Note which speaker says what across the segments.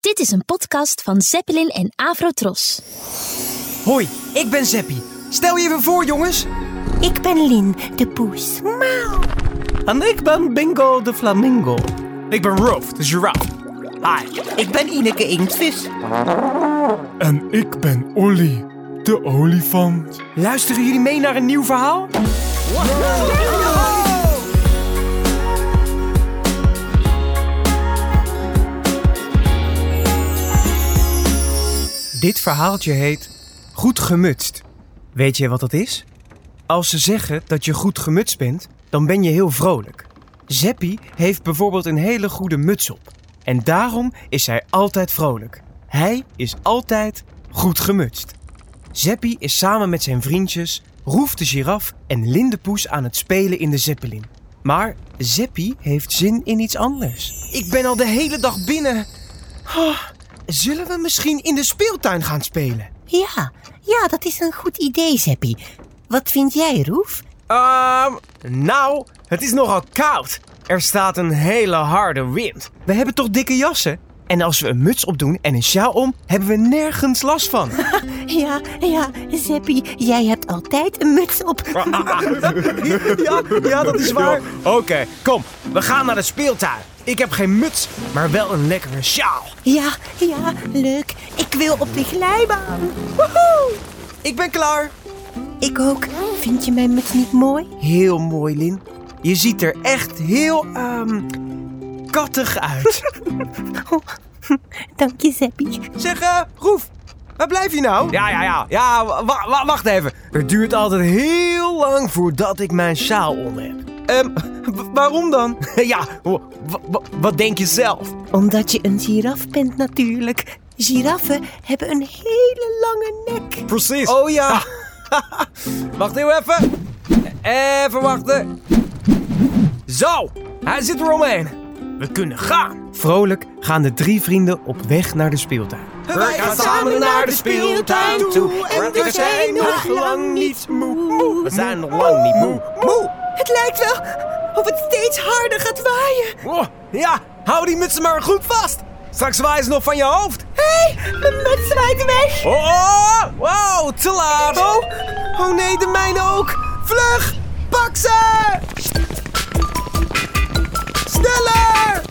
Speaker 1: Dit is een podcast van Zeppelin en Avrotros.
Speaker 2: Hoi, ik ben Zeppie. Stel je even voor, jongens.
Speaker 3: Ik ben Lin, de poes.
Speaker 4: En ik ben Bingo de Flamingo.
Speaker 5: Ik ben Roof, de giraffe.
Speaker 4: Hi, ik ben Ineke Inktvis.
Speaker 6: En ik ben Olly, de olifant.
Speaker 2: Luisteren jullie mee naar een nieuw verhaal? Dit verhaaltje heet Goed gemutst. Weet je wat dat is? Als ze zeggen dat je goed gemutst bent, dan ben je heel vrolijk. Zeppie heeft bijvoorbeeld een hele goede muts op. En daarom is hij altijd vrolijk. Hij is altijd goed gemutst. Zeppie is samen met zijn vriendjes, Roef de giraf en Lindepoes aan het spelen in de Zeppelin. Maar Zeppie heeft zin in iets anders. Ik ben al de hele dag binnen. Ah, zullen we misschien in de speeltuin gaan spelen?
Speaker 3: Ja, ja, dat is een goed idee, Zeppie. Wat vind jij, Roef?
Speaker 2: Ehm, nou, het is nogal koud. Er staat een hele harde wind. We hebben toch dikke jassen? En als we een muts opdoen en een sjaal om, hebben we nergens last van.
Speaker 3: Ja, ja, Zeppie, jij hebt altijd een muts op.
Speaker 2: ja, ja, dat is waar. Oké, kom, we gaan naar de speeltuin. Ik heb geen muts, maar wel een lekkere sjaal.
Speaker 3: Ja, ja, leuk. Ik wil op de glijbaan.
Speaker 2: Ik ben klaar.
Speaker 3: Ik ook. Vind je mijn muts niet mooi?
Speaker 2: Heel mooi, Lin. Je ziet er echt heel, ehm, kattig uit.
Speaker 3: Dank je, Zeppie.
Speaker 2: zeg, eh, Roef, waar blijf je nou? Ja, ja, ja. Ja, wa- wa- wacht even. Het duurt altijd heel lang voordat ik mijn sjaal om heb. Ehm, wa- waarom dan? ja, wa- wa- wat denk je zelf?
Speaker 3: Omdat je een giraf bent, natuurlijk. Giraffen hebben een hele lange nek.
Speaker 2: Precies. Oh ja. Wacht heel even. Even wachten. Zo, hij zit eromheen. We kunnen gaan. Vrolijk gaan de drie vrienden op weg naar de speeltuin. We gaan samen naar de speeltuin toe. En we zijn nog lang niet moe. moe. We zijn nog lang niet moe. Moe.
Speaker 3: Het lijkt wel of het steeds harder gaat waaien.
Speaker 2: Oh, ja, hou die mutsen maar goed vast. Straks waaien ze nog van je hoofd.
Speaker 3: Mijn muts zwaait weg.
Speaker 2: Oh, oh, wow, te laat. Oh, oh nee, de mijne ook. Vlug, pak ze! Sneller!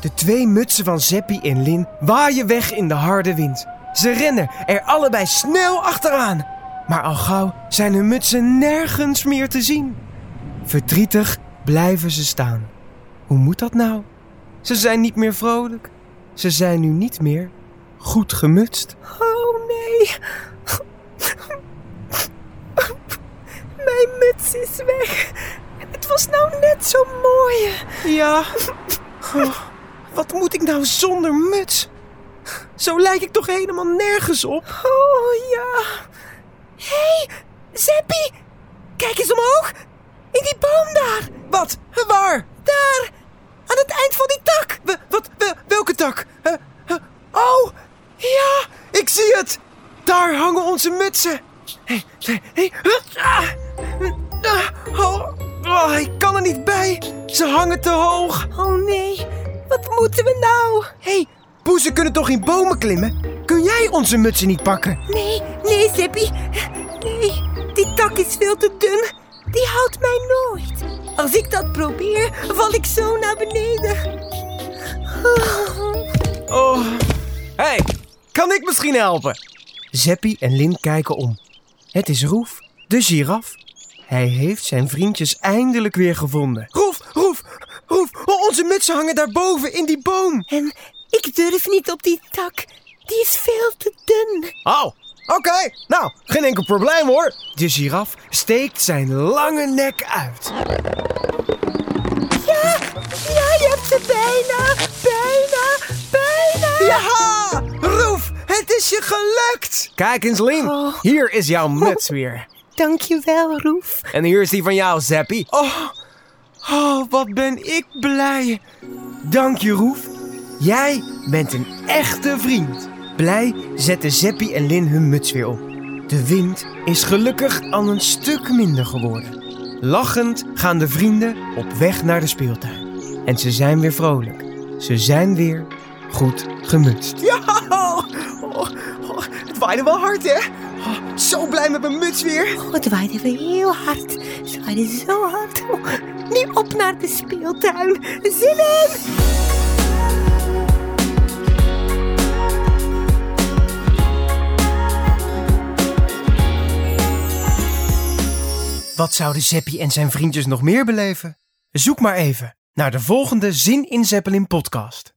Speaker 2: De twee mutsen van Zeppie en Lin waaien weg in de harde wind. Ze rennen er allebei snel achteraan. Maar al gauw zijn hun mutsen nergens meer te zien. Verdrietig blijven ze staan. Hoe moet dat nou? Ze zijn niet meer vrolijk. Ze zijn nu niet meer goed gemutst.
Speaker 3: Oh nee. Mijn muts is weg. Het was nou net zo mooi.
Speaker 2: Ja. Oh, wat moet ik nou zonder muts? Zo lijk ik toch helemaal nergens op?
Speaker 3: Oh ja. Hé, hey, Zeppie. Kijk eens omhoog. In die boom daar.
Speaker 2: Wat? Waar?
Speaker 3: Daar. Aan het eind van die tak.
Speaker 2: We- wat? we- welke tak? Eh, eh, oh, ja, ik zie het. Daar hangen onze mutsen. Hé, hé, hé, huh? Ah, ah, oh, oh, ik kan er niet bij. Ze hangen te hoog.
Speaker 3: Oh nee. Wat moeten we nou?
Speaker 2: Hé, hey, poezen kunnen toch in bomen klimmen? Kun jij onze mutsen niet pakken?
Speaker 3: Nee, nee, Zeppie. Nee, die tak is veel te dun. Die houdt mij nooit. Als ik dat probeer, val ik zo naar beneden.
Speaker 2: Oh. hey, kan ik misschien helpen? Zeppie en Lin kijken om. Het is Roef, de giraf. Hij heeft zijn vriendjes eindelijk weer gevonden. Roef, Roef, Roef, oh, onze mutsen hangen daarboven in die boom.
Speaker 3: En ik durf niet op die tak. Die is veel te dun.
Speaker 2: Oh, oké. Nou, geen enkel probleem hoor. De giraf steekt zijn lange nek uit.
Speaker 3: Ja, je hebt ze bijna, bijna, bijna.
Speaker 2: Ja, Roef, het is je gelukt. Kijk eens, Lin.
Speaker 3: Oh.
Speaker 2: Hier is jouw muts weer.
Speaker 3: Dankjewel, Roef.
Speaker 2: En hier is die van jou, Zeppie. Oh, oh, wat ben ik blij. Dank je, Roef. Jij bent een echte vriend. Blij zetten Zeppie en Lin hun muts weer op. De wind is gelukkig al een stuk minder geworden. Lachend gaan de vrienden op weg naar de speeltuin. En ze zijn weer vrolijk. Ze zijn weer goed gemutst.
Speaker 3: Ja! Oh, oh, oh, het waaide wel hard, hè? Oh, zo blij met mijn muts weer. Oh, het waaide weer heel hard. Het waaide zo hard. Oh, nu op naar de speeltuin. Zin in!
Speaker 2: Wat zouden Zeppie en zijn vriendjes nog meer beleven? Zoek maar even naar de volgende Zin in Zeppelin podcast.